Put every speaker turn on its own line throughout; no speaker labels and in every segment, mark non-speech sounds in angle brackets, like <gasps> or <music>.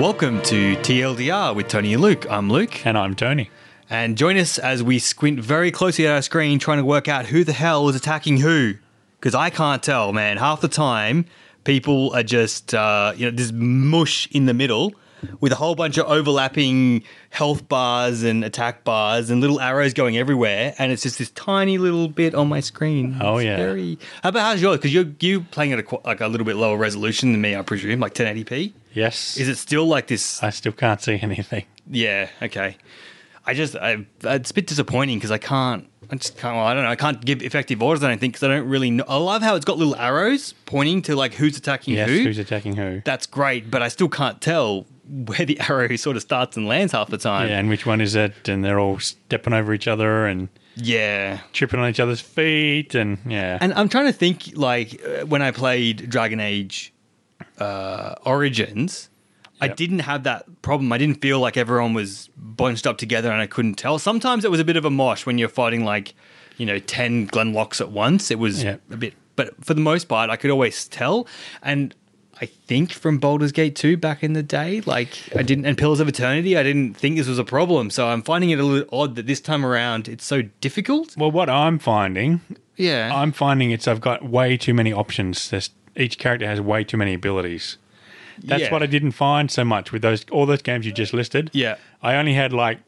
Welcome to TLDR with Tony and Luke. I'm Luke.
And I'm Tony.
And join us as we squint very closely at our screen trying to work out who the hell is attacking who. Because I can't tell, man. Half the time, people are just, uh, you know, this mush in the middle with a whole bunch of overlapping health bars and attack bars and little arrows going everywhere. And it's just this tiny little bit on my screen.
Oh,
It's
yeah.
Very... How about how's yours? Because you're, you playing at a, qu- like a little bit lower resolution than me, I presume, like 1080p.
Yes.
Is it still like this
I still can't see anything.
yeah. Okay. I just, I, it's a bit disappointing because I can't, I just can't, well, I don't know, I can't give effective orders, I don't think, because I don't really know. I love how it's got little arrows pointing to like who's attacking
Yes,
who.
who's attacking who?
That's great, but I still can't tell where the <laughs> arrow sort of starts and lands half the time.
yeah, and which one is it? And they're all stepping over each other and
yeah.
tripping on each other's feet and yeah.
And I'm trying to think, like uh, when I played Dragon Age uh, Origins, I
Yep.
didn't have that problem. I didn't feel like everyone was bunched up together, and I couldn't tell. Sometimes it was a bit of a mosh when you're fighting like you know ten Glenlocks at once. It was
Yep.
a bit, but for the most part, I could always tell. And I think from Baldur's Gate 2 back in the day, like I didn't, and Pillars of Eternity, I didn't think this was a problem. So I'm finding it a little odd that this time around it's so difficult.
well, what I'm finding,
Yeah,
I'm finding it's I've got way too many options. There's, each character has way too many abilities. That's
Yeah.
what I didn't find so much with those all those games you just listed.
Yeah.
I only had like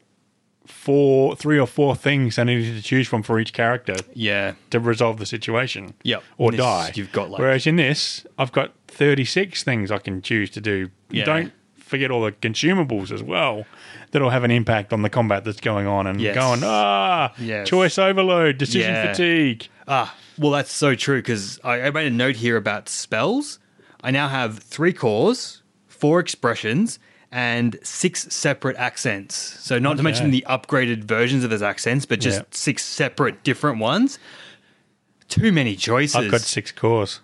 four, three or four things I needed to choose from for each character.
yeah.
to resolve the situation.
Yep.
Or
This-
die.
you've got, like-
Whereas in this, I've got 36 things I can choose to do.
Yeah.
Don't forget all the consumables as well that'll have an impact on the combat that's going on and
Yes.
going, ah,
Yes.
choice overload, decision
Yeah.
fatigue.
Ah, well, that's so true because I, I made a note here about spells. I now have three cores, four expressions, and six separate accents. So, not to mention the upgraded versions of those accents, but just
Yeah.
six separate different ones. Too many choices.
I've got six cores.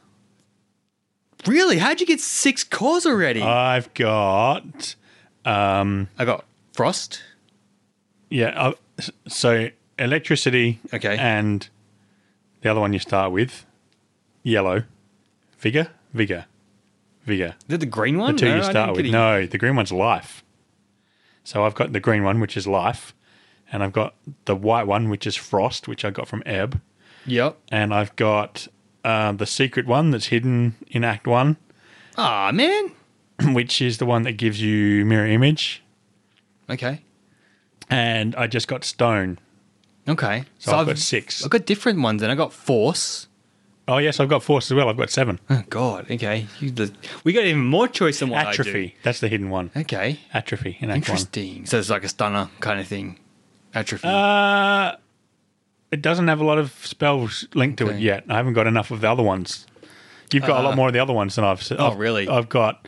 really? How'd you get six cores already?
I've got,
I got frost.
yeah, i so electricity.
Okay.
And the other one you start with, yellow, vigor, vigor, vigor.
Is that the green one?
the two
No,
you
I
start
didn't
with.
get it.
No, the green one's life. So I've got the green one, which is life, and I've got the white one, which is frost, which I got from Ebb,
Yep.
and I've got uh, the secret one that's hidden in Act One, <clears throat>
Ah, man.
which is the one that gives you mirror image,
Okay.
and I just got stone.
Okay.
So I've got six.
I've got different ones, and I got force.
Oh yes, I've got force as well. I've got seven.
Oh God. Okay. You, the, we got even more choice than what I
Atrophy. That's the hidden one.
do. Okay.
Atrophy in Act One.
Interesting. So it's like a stunner kind of thing. Atrophy.
Uh, it doesn't have a lot of spells linked to it
Okay. Uh,
yet. I haven't got enough of the other ones. You've got a lot more of the other ones than I've seen.
Oh, really?
I've got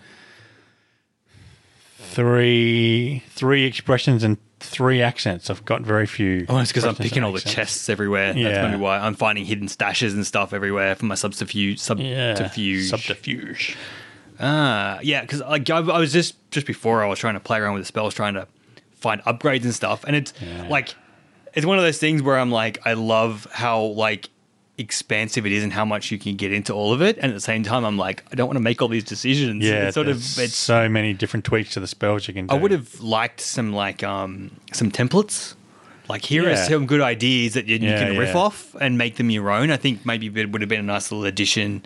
three three expressions and three accents. I've got very few.
oh, it's because I'm
expressions
picking
and
all the
accents.
chests everywhere.
Yeah.
That's maybe why I'm finding hidden stashes and stuff everywhere for my subterfuge.
Yeah.
Subterfuge.
Subterfuge.
Ah, yeah, because like I, I was just just before I was trying to play around with the spells, trying to find upgrades and stuff, and it's
Yeah.
like it's one of those things where I'm like, I love how like expansive it is and how much you can get into all of it, and at the same time, I'm like, I don't want to make all these decisions.
Yeah.
it's sort of
there's
it's.
so many different tweaks to the spells you can do.
I would have liked some like um some templates. Like here are
Yeah.
some good ideas that you, you
Yeah,
can riff
yeah.
off and make them your own. I think maybe it would have been a nice little addition,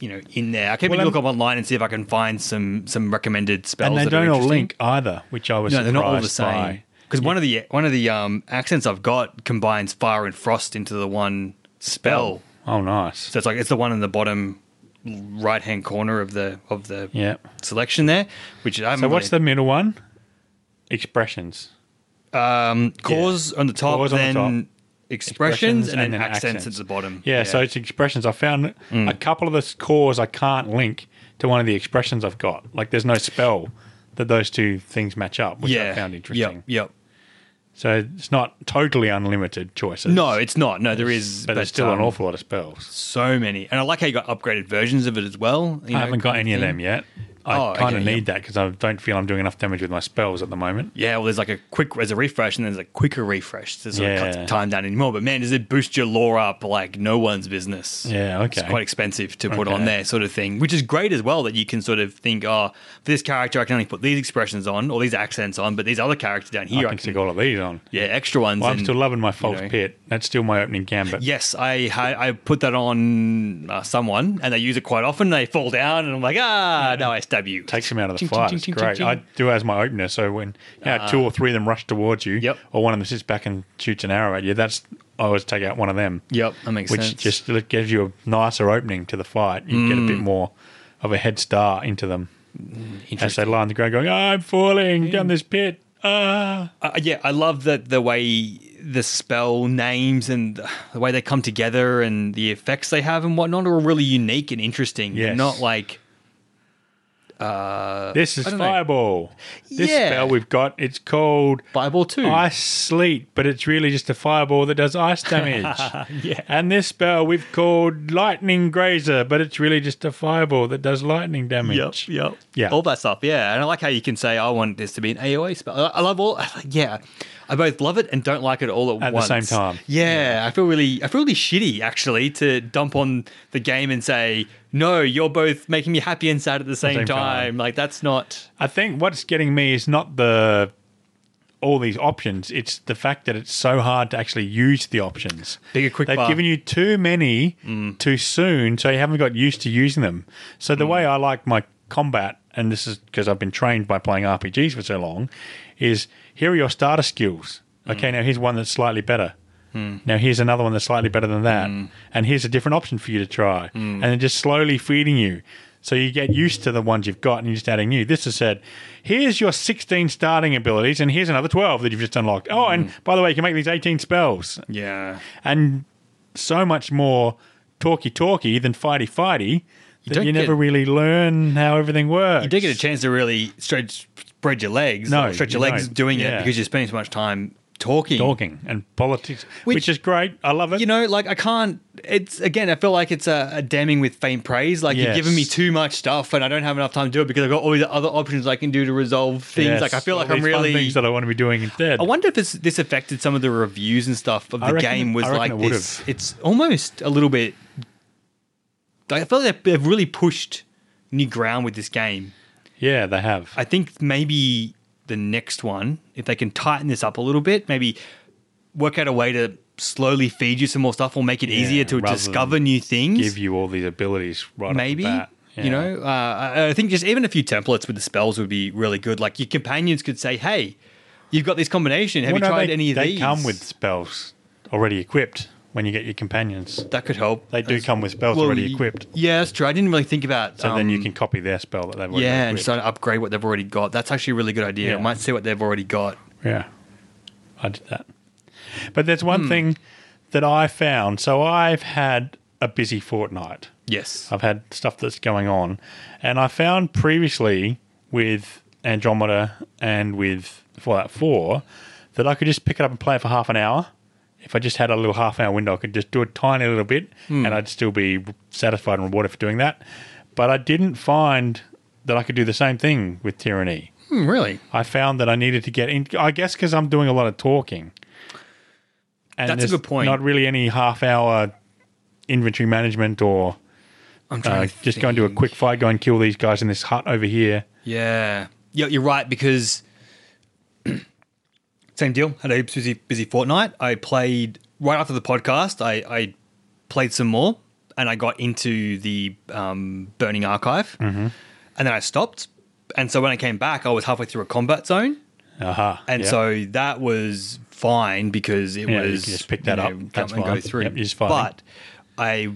you know, in there. I can
Well,
maybe look
I'm-
up online and see if I can find some some recommended spells.
And they
that are
don't all
interesting.
link either, which I was
No,
surprised
they're not all the
by.
same. Because one of the one of the um, accents I've got combines fire and frost into the one spell.
Oh, nice.
So it's like it's the one in the bottom right hand corner of the of the
yeah.
selection there. Which I
So what's the middle one? Expressions.
Um, cores on the top,
Cores on the
then
top.
Expressions,
Expressions
and,
and
then
then
accents,
accents.
at the bottom.
Yeah, so it's expressions. I found
Mm.
a couple of the scores I can't link to one of the expressions I've got. Like there's no spell that those two things match up, which I found interesting.
Yep, yep.
So it's not totally unlimited choices.
No, it's not. No, there is,
but, there's still
um,
an awful lot of spells.
so many, and I like how you got upgraded versions of it as well. you
I
know,
haven't got
kind
any of
thing.
them yet. I
Oh,
kind of
okay, yeah.
need that 'cause that because I don't feel I'm doing enough damage with my spells at the moment.
Yeah, well, there's like a quick, there's a refresh, and then there's a quicker refresh to sort of
Yeah.
cut time down anymore. But man, does it boost your lore up like no one's business?
Yeah,
It's
okay.
quite expensive to put on
Okay.
there, sort of thing, which is great as well that you can sort of think, oh, for this character, I can only put these expressions on or these accents on, but these other characters down
I
here, I
can
can,
stick all of these on.
yeah, extra ones.
Well, I'm
and-
still loving my false
know.
pit. That's still my opening gambit.
Yes, I had I put that on uh, someone, and they use it quite often. They fall down, and I'm like, ah, now I stab you.
takes him out of the
Ching, ching,
fight.
ching,
It's
ching,
great.
ching,
I
ching. Ah.
do it as my opener. So when you know, two or three of them rush towards you,
Yep.
or one of them sits back and shoots an arrow at you, that's I always take out one of them.
Yep, that makes
which
sense.
just li- gives you a nicer opening to the fight. You get a
Mm.
bit more of a head start into them as they lie on the ground, going, "I'm falling
Mm.
down this pit." Ah,
uh, yeah, I love that the way the spell names and the way they come together and the effects they have and whatnot are really unique and interesting. They're
Yes.
Not like
this is
Uh, I don't know.
fireball. This
Yeah.
spell we've got. It's called
Bible too.
ice sleet, but it's really just a fireball that does
<laughs>
ice damage.
Yeah.
And this spell we've called lightning grazer, but it's really just a fireball that does lightning damage.
yep,
Yeah.
All that stuff, yeah. And I like how you can say, "I want this to be an AOE spell." I- I love all, yeah. I both love it and don't like it all at,
At the
once.
same time.
Yeah, I feel really, I feel really shitty actually to dump on the game and say, "No, you're both making me happy and sad at the same,
same time.
time." Like that's not.
I think what's getting me is not the all these options; it's the fact that it's so hard to actually use the options.
Bigger, quick
They've
bar.
given you too many too soon, so you haven't got used to using them. So the way I like my combat, and this is because I've been trained by playing RPGs for so long, is here are your starter skills. Okay, now here's one that's slightly better. Now here's another one that's slightly better than that, and here's a different option for you to try, and they're just slowly feeding you. So you get used to the ones you've got, and you're just adding new. This has said, here's your 16 starting abilities, and here's another 12 that you've just unlocked. Oh, and by the way, you can make these 18 spells,
Yeah.
and so much more talky talky than fighty fighty that
don't
you never
get-
really learn how everything works.
You did get a chance to really stretch, spread your legs.
No,
or stretch your
you
legs
don't.
doing
Yeah.
it because you're spending so much time talking.
talking and politics, which,
Which-
is great. I love it.
You know, like I can't. It's again, I feel like it's a, a damning with faint praise. Like you're
Yes.
giving me too much stuff, and I don't have enough time to do it because I've got all these other options I can do to resolve things.
Yes,
like I feel
all
like I'm
these fun
really.
things that I want to be doing instead.
I wonder if this, this affected some of the reviews and stuff of the
I reckon-
game. Was
I reckon
like
it
this.
would've.
It's almost a little bit. I feel like they've really pushed new ground with this game.
yeah, they have.
I think maybe the next one, if they can tighten this up a little bit, maybe work out a way to slowly feed you some more stuff or make it easier to
rather
discover
than
new things.
give you all these abilities right
maybe.
off the bat.
You
Yeah.
know, uh, I- I think just even a few templates with the spells would be really good. Like your companions could say, "Hey, you've got this combination. Have
Well,
you
no,
tried
they,
any of
they
these?"
come with spells already equipped when you get your companions.
that could help.
They do
As-
come with spells
Well,
already
y-
equipped,
Yeah, that's true. I didn't really think about.
so then you
um,
can copy their spell that they've already
yeah, and just
equipped.
try to upgrade what they've already got. That's actually a really good idea.
Yeah.
I might see what they've already got.
Yeah, I did that. But there's one thing that I found. So I've had a busy fortnight.
Yes.
I've had stuff that's going on, and I found previously with Andromeda and with Fallout Four that I could just pick it up and play it for half an hour. If I just had a little half hour window, I could just do a tiny little bit, and I'd still be satisfied and rewarded for doing that. But I didn't find that I could do the same thing with Tyranny.
Hmm, really.
I found that I needed to get in. I guess because I'm doing a lot of talking. And
That's a
there's
good point.
Not really any half hour inventory management or
I'm trying
uh,
to
just go and do a
think.
quick fight, go and kill these guys in this hut over here.
Yeah. Yeah, you're right because <clears throat> same deal. Had a heaps busy busy fortnight. I played right after the podcast. I, I played some more and I got into the um, Burning Archive, mm-hmm. and then I stopped. And so when I came back, I was halfway through a combat zone,
Aha.
and
yeah.
so that was fine because it
Yeah, you
was
can just pick that up.
come
That's
and go
fine.
through.
Yep, it's fine.
But I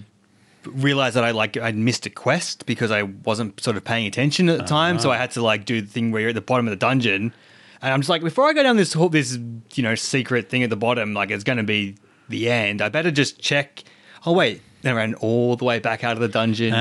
realized that I like I'd missed a quest because I wasn't sort of paying attention at the time, so I
Uh-huh.
had to like do the thing where you're at the bottom of the dungeon, and I'm just like, before I go down this whole this you know secret thing at the bottom, like it's going to be the end. I better just check. Oh wait, then I ran all the way back out of the
<laughs>
dungeon,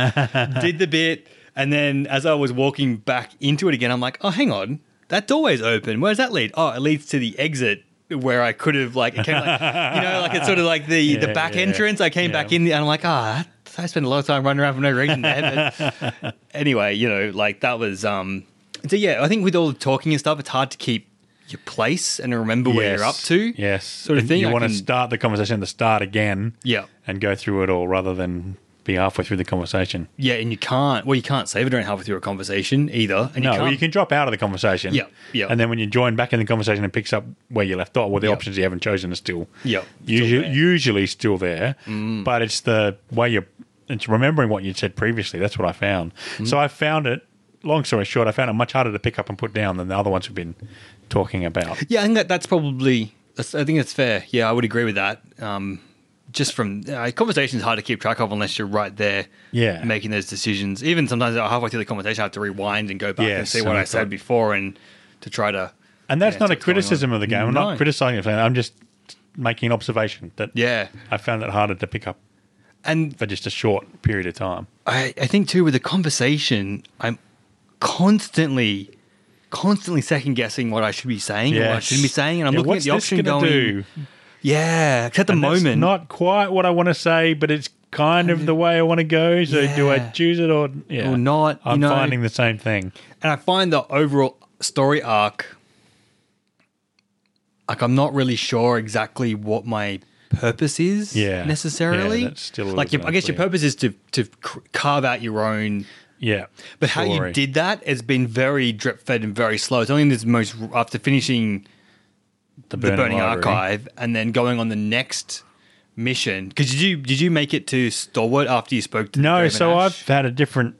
did the bit, and then as I was walking back into it again, I'm like, oh hang on, that doorway's open. Where does that lead? Oh, it leads to the exit. Where I could have like, it came like, you know, like it's sort of like the the
<laughs> Yeah,
back
yeah.
entrance. I came back
Yeah.
in and I'm like, ah, that I spend a lot of time running around for no reason there.
<laughs>
But anyway, you know, like that was. um So yeah, I think with all the talking and stuff, it's hard to keep your place and remember where you're up to.
Yes.
sort of
And
thing.
You
I
want
can-
to start the conversation at the start again
Yeah.
and go through it all rather than be halfway through the conversation.
Yeah, and you can't. Well, you can't save it during halfway through a conversation either. And you
no, well,
can't,
you can drop out of the conversation.
Yeah, yeah.
And then when you join back in the conversation, it picks up where you left off. Well, the
Yeah.
options you haven't chosen are still,
Yeah, still
usually,
there. Mm.
usually still there. But it's the way you, it's remembering what you said previously. That's what I found.
Mm.
So I found it, long story short, I found it much harder to pick up and put down than the other ones we've been talking about.
Yeah, I think that that's probably. That's, I think that's fair. Yeah, I would agree with that. Um, just from uh, conversations, hard to keep track of unless you're right there.
Yeah.
making those decisions. Even sometimes halfway through the conversation, I have to rewind and go back and
Yes,
see what
and
I
I've
said
got-
before and to try to.
And that's
Yeah,
not
so
a
it's going on.
criticism of the game. I'm
No.
not criticizing it. I'm just making an observation that
Yeah,
I found it harder to pick up
and
for just a short period of time.
I, I think too with the conversation, I'm constantly, constantly second guessing what I should be saying and what I
Yes.
shouldn't be saying, and I'm
Yeah,
looking at
what's
the
this
option
gonna
going.
do?
Yeah, 'cause at the
And that's
moment,
not quite what I want to say, but it's kind of the way I want to go. So do I
Yeah.
choose it or yeah.
Or not, you
I'm
know.
finding the same thing.
and I find the overall story arc like I'm not really sure exactly what my purpose is
Yeah.
necessarily.
Yeah, that's still a
like
little
your, I guess your
unclear.
purpose is to to cr- carve out your own
Yeah,
but how you
Story.
did that has been very drip fed and very slow. It's only in this most after finishing
the
the Burning
Library.
Archive and then going on the next mission because did you did you make it to Stalwart after you spoke to
No,
Draven
so
Ash?
I've had a different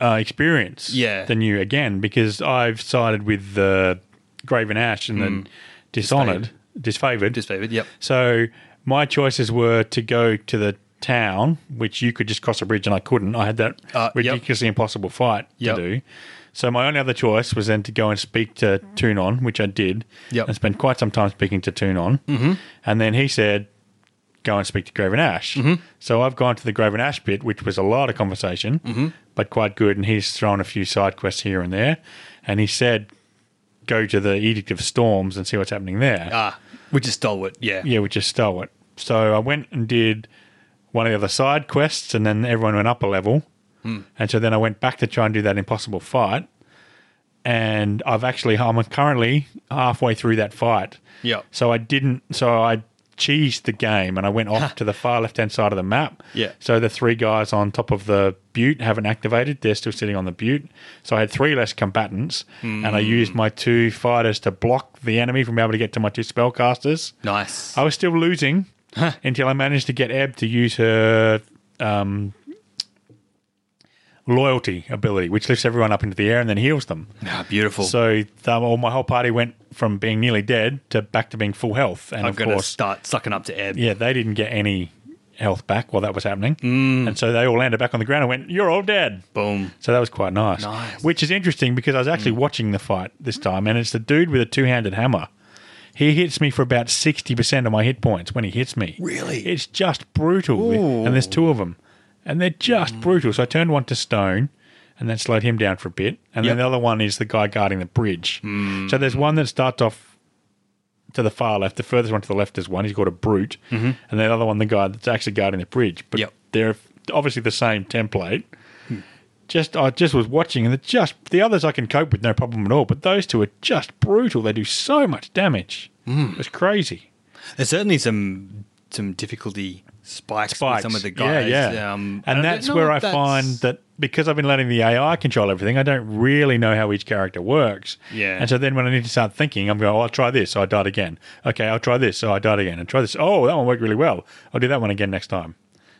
uh, experience
Yeah.
than you again because I've sided with the Graven Ash and then Dishonored, Disfavored.
Mm. disfavored. Yep.
So my choices were to go to the town, which you could just cross a bridge and I couldn't. I had that
Uh, yep.
ridiculously impossible fight
Yep.
to do. So my only other choice was then to go and speak to Tunon, which I did,
Yep.
and spent quite some time speaking to Tunon. Mm-hmm. And then he said, go and speak to Graven Ash.
Mm-hmm.
So I've gone to the Graven Ash bit, which was a lot of conversation,
Mm-hmm.
but quite good. And he's thrown a few side quests here and there. And he said, go to the Edict of Storms and see what's happening there.
Ah, which is Stalwart. Yeah.
Yeah, we just stole it. So I went and did one of the other side quests, and then everyone went up a level. And so then I went back to try and do that impossible fight. And I've actually, I'm currently halfway through that fight.
Yep.
So I didn't, so I cheesed the game and I went off to the far left hand side of the map.
Yeah.
So the three guys on top of the butte haven't activated. They're still sitting on the butte. So I had three less combatants and I used my two fighters to block the enemy from being able to get to my two spellcasters.
Nice.
I was still losing until I managed to get Eb to use her um, loyalty ability, which lifts everyone up into the air and then heals them.
Ah, beautiful.
So um, all my whole party went from being nearly dead to back to being full health. And
I'm
of
going to
course,
start sucking up to Ed.
yeah, they didn't get any health back while that was happening. Mm. And so they all landed back on the ground and went, You're all dead.
Boom.
So that was quite nice.
Nice. Mm.
Which is interesting because I was actually watching the fight this time, and it's the dude with a two handed hammer. He hits me for about 60% of my hit points when he hits me.
Really?
It's just brutal. And there's two of them. And they're
Mm.
just brutal. So I turned one to stone and then slowed him down for a bit. And
Yep. Mm.
then the other one is the guy guarding the bridge. So there's one that starts off to the far left. The furthest one to the left is one. He's called a brute. And the other one, the guy that's actually guarding the bridge. But
Yep.
they're obviously the same template just I just was watching, and the just the others I can cope with no problem at all, but those two are just brutal. They do so much damage. Mm. It's crazy.
There's certainly some some difficulty spikes, with
Spikes.
some of the guys.
yeah, yeah.
Um,
and
I don't
that's
know
where
if
I
that's-
find that because I've been letting the AI control everything, I don't really know how each character works.
Yeah.
and so then when I need to start thinking, I'm going, oh, I'll try this, so I died again. Okay, I'll try this, so I died again, and try this. Oh, that one worked really well. I'll do that one again next time.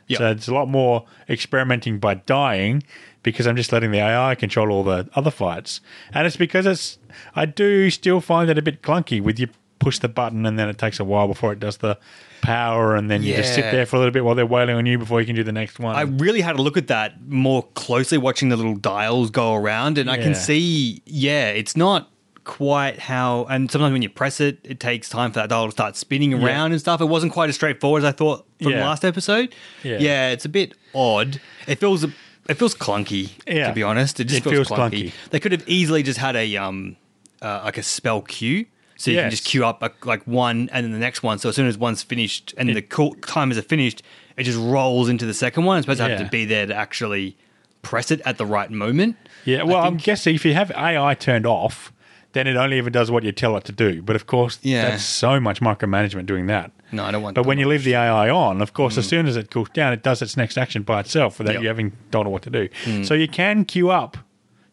Yeah.
So it's a lot more experimenting by dying because I'm just letting the AI control all the other fights. And it's because it's I do still find it a bit clunky with you push the button and then it takes a while before it does the power and then you just sit
Yeah.
there for a little bit while they're wailing on you before you can do the next one.
I really had a look at that more closely, watching the little dials go around, and I can
Yeah.
see, yeah, it's not quite how. And sometimes when you press it, it takes time for that dial to start spinning around and stuff. It wasn't quite as straightforward as I thought from the
Yeah.
last episode.
Yeah.
it's a bit odd. It feels a, it feels clunky.
Yeah.
to be honest, it just
It
feels,
feels
clunky.
clunky.
They could have easily just had a um uh, like a spell queue. So you can
Yes.
just queue up like, like one and then the next one. So as soon as one's finished and the cool timers are finished, it just rolls into the second one. It's supposed to have
Yeah.
to be there to actually press it at the right moment.
Yeah, well, I'm guessing if you have AI turned off, then it only ever does what you tell it to do. But of course,
Yeah.
that's so much micromanagement doing that.
No, I don't want.
But
that
when you
much.
leave the AI on, of course, as soon as it cools down, it does its next action by itself without
Yep. Mm.
you having told it what to do. So you can queue up.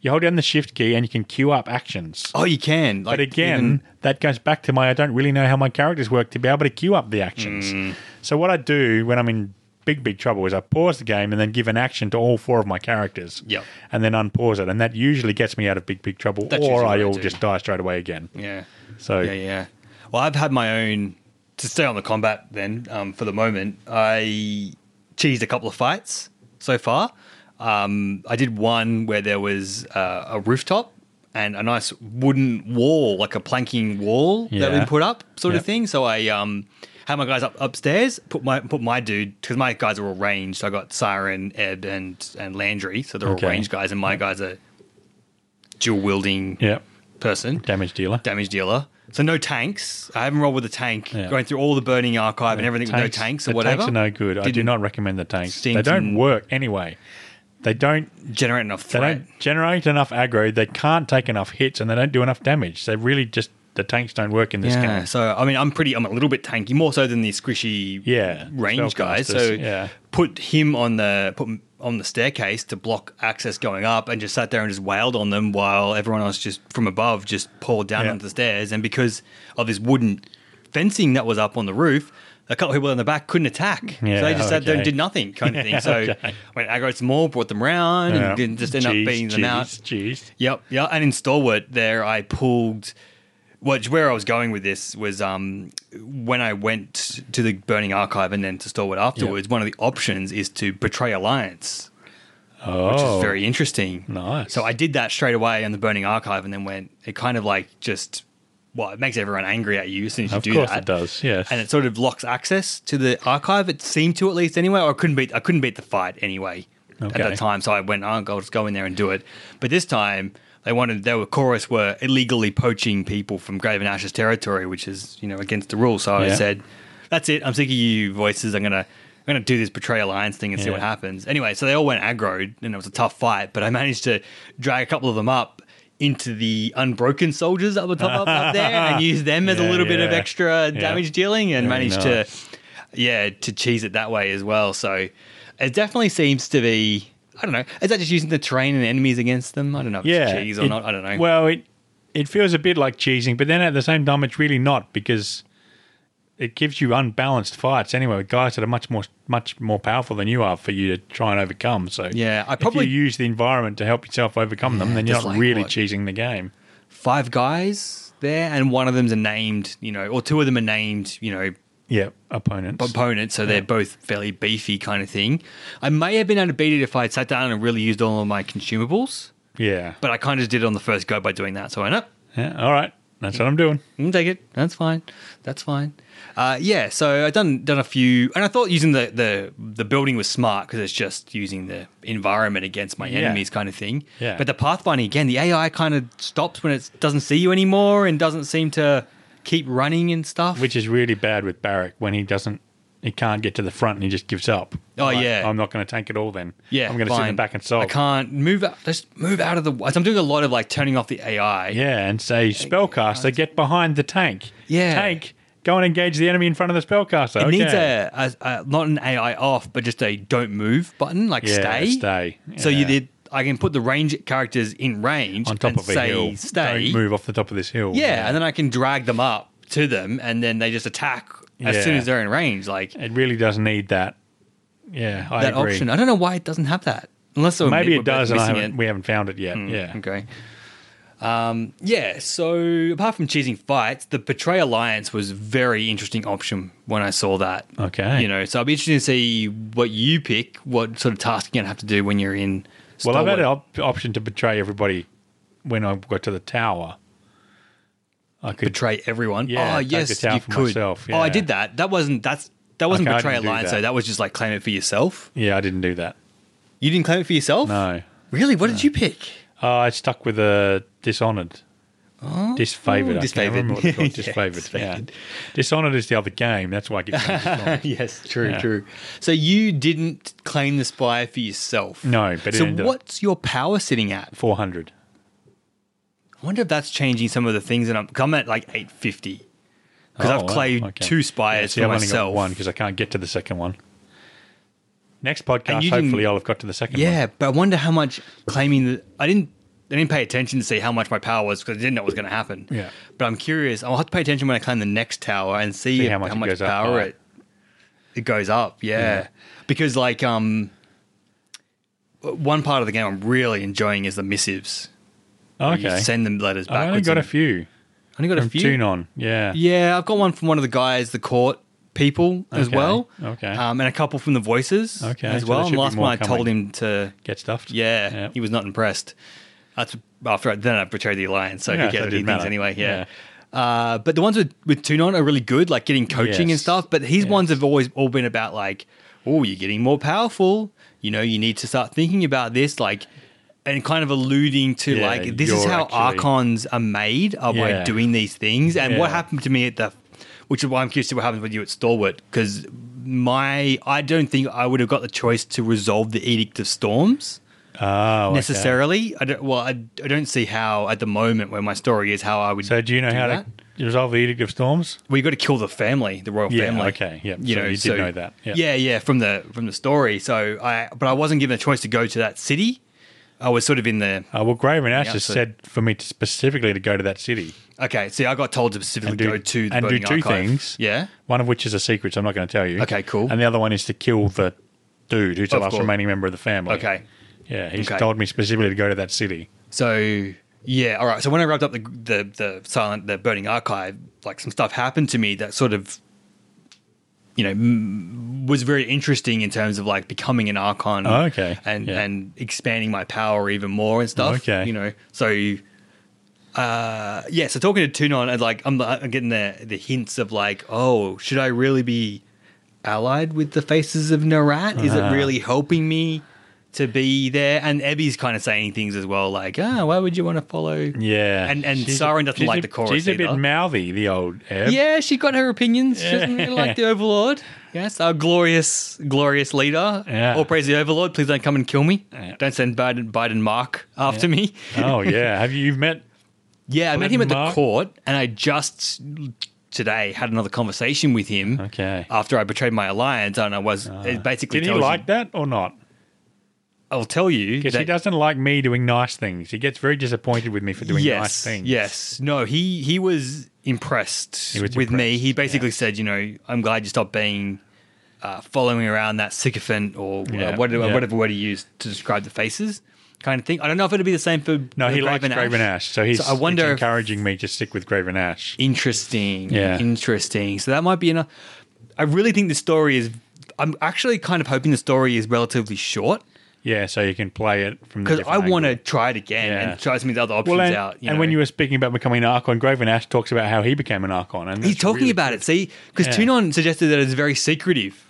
You hold down the shift key and you can queue up actions.
oh, you can. Like,
But again,
even-
that goes back to my I don't really know how my characters work to be able to queue up the actions.
Mm.
So what I do when I'm in big, big trouble is I pause the game and then give an action to all four of my characters.
Yep.
And then unpause it. And that usually gets me out of big, big trouble.
That's
or
usually what
I
I
all
do.
just die straight away again.
yeah.
So
Yeah, yeah. Well, I've had my own. To stay on the combat, then um, for the moment, I cheesed a couple of fights so far. Um, I did one where there was uh, a rooftop and a nice wooden wall, like a planking wall that had
Yeah.
been put up, sort
Yep.
of thing. So I um, had my guys up upstairs, put my put my dude because my guys are all ranged. So I got Siren, Ebb, and and Landry, so they're
Okay.
all ranged guys, and my guys are dual wielding
yeah.
person
Damage dealer.
damage dealer. So no tanks. I haven't rolled with a tank.
Yeah.
Going through all the burning archive and everything with no tanks or
the
whatever.
Tanks are no good. I do
Didn't
not recommend the tanks. They
Stinking-
don't work anyway. They don't.
generate enough
They
threat.
don't generate enough aggro. They can't take enough hits, and they don't do enough damage. They really just the tanks don't work in this
Yeah.
game.
So I mean, I'm pretty. I'm a little bit tanky, more so than the squishy
Yeah,
range guys. So
spellcasters, yeah.
put him on the put him on the staircase to block access going up, and just sat there and just wailed on them while everyone else just from above just poured down
Yeah.
onto the stairs. And because of this wooden fencing that was up on the roof. A couple of people in the back couldn't attack,
Yeah,
so they just sat there and
okay.
did nothing, kind of
<laughs>
thing.
Yeah,
So
okay.
when aggro some more, brought them round,
Yeah.
and <laughs> didn't just end
Jeez,
up beating them out.
jeez, jeez.
Yep, yeah. And in Stalwart, there I pulled. Which where I was going with this was um, when I went to the Burning Archive and then to Stalwart afterwards. One of the options is to betray alliance,
Oh,
which is very interesting.
nice.
So I did that straight away on the Burning Archive, and then went. It kind of like just well, it makes everyone angry at you as soon as you
Of
do
course
that.
it does. Yes.
and it sort of locks access to the archive. It seemed to at least anyway. Or I couldn't beat I couldn't beat the fight anyway
Okay.
at that time. So I went, oh, I'll just go in there and do it. But this time they wanted they were chorus were illegally poaching people from Grave and Ashes territory, which is you know against the rules. So
Yeah.
I said, that's it. I'm sick of you voices. I'm gonna. I'm going to do this Betray Alliance thing and see
Yeah.
what happens. Anyway, so they all went aggroed and it was a tough fight, but I managed to drag a couple of them up into the unbroken soldiers up, the top, up, up
<laughs>
there and use them as a
Yeah,
little bit of
yeah.
extra
Yeah.
damage dealing and
Very
managed
nice.
to yeah to cheese it that way as well so it definitely seems to be i don't know is that just using the terrain and enemies against them i don't know if
yeah,
it's cheese or
it-
not i don't know
Well, it it feels a bit like cheesing, but then at the same time, it's really not because it gives you unbalanced fights anyway with guys that are much more much more powerful than you are for you to try and overcome. So
Yeah, I
if
probably-
you use the environment to help yourself overcome them, then you're
just
not
like
really
what-
cheesing the game.
five guys there and one of them's a named you know or two of them are named you know
Yeah, opponents.
opponents so they're both fairly beefy kind of thing i may have been able to beat it if i'd sat down and really used all of my consumables
yeah.
but i kind of just did it on the first go by doing that so i know
yeah. All right. That's what I'm doing.
You can Mm, take it. That's fine. That's fine. Uh, yeah. So I done done a few, and I thought using the the, the building was smart because it's just using the environment against my
Yeah.
enemies kind of thing.
Yeah.
But the pathfinding again, the AI kind of stops when it doesn't see you anymore and doesn't seem to keep running and stuff.
which is really bad with Barrack when he doesn't, he can't get to the front and he just gives up.
Oh, yeah.
I'm not going to tank it all then.
yeah,
I'm going to sit in the
fine.
back and solve.
I can't move. out Just move out of the. I'm doing a lot of like turning off the AI.
Yeah, and say spellcaster, get behind the tank.
Yeah.
tank, go and engage the enemy in front of the spellcaster.
It
okay.
needs a, a, a not an AI off, but just a don't move button, like
Yeah,
stay.
stay.
So you
Yeah.
did. I can put the range characters in range
on top
and
of a
say
hill.
stay.
Don't move off the top of this hill.
Yeah, and then I can drag them up to them, and then they just attack as
Yeah.
soon as they're in range. Like
it really does need that. Yeah, I
that
agree.
option. I don't know why it doesn't have that. Unless
Maybe
we're
it does,
both
and I
missing Hmm,
haven't, we haven't found it yet. yeah,
Okay. Um, yeah, so apart from choosing fights, the Betray Alliance was a very interesting option when I saw that.
Okay.
You know, so I'll be interested to see what you pick, what sort of task you're going to have to do when you're in.
Well, I've had an
Stalwart.
op- option to betray everybody when I got to the tower. I could
Betray everyone.
Yeah,
oh,
take the
yes,
tower
you
for
could.
myself,
Oh, I
yeah.
did that. That wasn't, that's, that wasn't
Okay, I
Betray
didn't do
Alliance,
that.
though. That was just like claim it for yourself.
Yeah, I didn't do that.
You didn't claim it for yourself?
No.
Really? What did you pick?
Uh, I stuck with a uh, Dishonored. Disfavored.
Oh.
I
disfavored.
can't
<laughs>
remember what it's called.
Yeah,
Disfavored. Yeah.
disfavored.
Dishonored is the other game. That's why I
<laughs>
get confused. <laughs>
yes, true,
Yeah.
true. So you didn't claim the spy for yourself.
No, but it
so
ended up-
what's your power sitting at?
400.
I wonder if that's changing some of the things. And I'm, 'cause I'm at like 850 because
Oh,
I've
wow.
claimed
Okay.
two
Yeah,
spies
see,
for
I've only got
myself.
one because I can't get to the second one. Next podcast,
you didn't-
hopefully, I'll have got to the second one.
Yeah, but I wonder how much claiming the I didn't I didn't pay attention to see how much my power was because I didn't know what was going to happen.
Yeah.
but I'm curious. I'll have to pay attention when I climb the next tower and see, if- how much,
it goes up
power
by.
it it goes up. Yeah. because like um, one part of the game I'm really enjoying is the missives.
Yeah.
You
Okay.
send them letters
I
backwards.
only got a
and-
few.
I only got a
From
few.
Tunon. Yeah.
Yeah, I've got one from one of the guys, the court people as
Okay,
well.
okay.
Um, and a couple from the voices
Okay,
as
so there
well.
should
and
be
last
more
one I told
coming.
him to
Get stuffed.
yeah,
Yeah.
he was not impressed. That's after I, then I betrayed the alliance, so
Yeah,
who
so it
cares what he
didn't
thinks
matter.
anyway. Yeah. Uh, but the ones with with Tunon are really good, like getting coaching and
Yes.
stuff. But his
Yes.
ones have always all been about like, oh, you're getting more powerful. You know, you need to start thinking about this, like, and kind of alluding to
Yeah,
like this is
you're
how
actually-
archons are made are by
Yeah.
doing these things. And what
Yeah.
happened to me at the, which is why I'm curious to see what happens with you at Stalwart because my I don't think I would have got the choice to resolve the Edict of Storms
Oh, okay.
necessarily. I don't, well, I, I don't see how at the moment where my story is how I would.
So do you know how
that?
to resolve the Edict of Storms?
Well, you got to kill the family, the royal
Yeah,
family.
okay, yeah. So you did know that, yeah.
Yeah, yeah. From the from the story. So I, but I wasn't given a choice to go to that city. I was sort of in the
Uh, well, Graham and Ash
Yeah,
just
so-
said for me to specifically to go to that city.
okay. See, I got told to specifically
do-
go to the
and do
Burning
two
Archive.
things.
Yeah.
One of which is a secret, so I'm not going to tell you.
Okay, cool.
And the other one is to kill the dude who's the
Of
last
course.
remaining member of the family.
Okay.
Yeah, he's
Okay.
told me specifically to go to that city.
So yeah, all right. So when I wrapped up the the, the silent the burning archive, like some stuff happened to me that sort of, you know, m- was very interesting in terms of like becoming an archon.
Oh, okay.
And
Yeah.
and expanding my power even more and stuff.
Okay.
You know, so. Uh, yeah, so talking to Tunon, and like I'm, I'm getting the the hints of like, oh, should I really be allied with the faces of Narat? Is it
Uh-huh.
really helping me to be there? And Ebby's kind of saying things as well, like, ah, why would you want to follow?
Yeah.
And- and
She's-
Sauron doesn't
she's
like
a-
the chorus
She's a bit
either.
mouthy, the old Eb.
Yeah, she got her opinions. She doesn't really like the Overlord. Yes, our glorious, glorious leader.
Yeah.
All praise the Overlord. Please don't come and kill me.
Yeah.
Don't send Biden, Biden Mark after me.
Oh, yeah. <laughs> Have you you've met?
Yeah, I met
Biden
him at the
Mark?
court, and I just today had another conversation with him.
Okay. Uh-huh.
After I betrayed my alliance, and I was it basically
Did he
Uh, tells you-
like that or not?
I'll tell you
Because
that
he doesn't like me doing nice things. He gets very disappointed with me for doing
yes,
nice things.
Yes. No, he he was impressed
He was
with me.
impressed,
He basically said, you know, I'm glad you stopped being uh, following around that sycophant or uh,
Yeah,
whatever,
yeah.
whatever word he used to describe the faces kind of thing. I don't know if it'll be the same for
No,
for
he likes
Graven
Graven Ash, so he's,
I wonder
he's
if-
encouraging me to stick with Graven Ash.
Interesting.
Yeah.
Interesting. So that might be enough. I really think the story is. I'm actually kind of hoping the story is relatively short
Yeah, so you can play it from the
because I
different
want to
angle.
try it again
Yeah.
and try some of the other options
Well, and,
out. You
and
know.
when you were speaking about becoming an Archon, Graven Ash talks about how he became an Archon, and
He's
that's
talking
really
about it, see? Because
Yeah.
Tunon suggested that it's very secretive.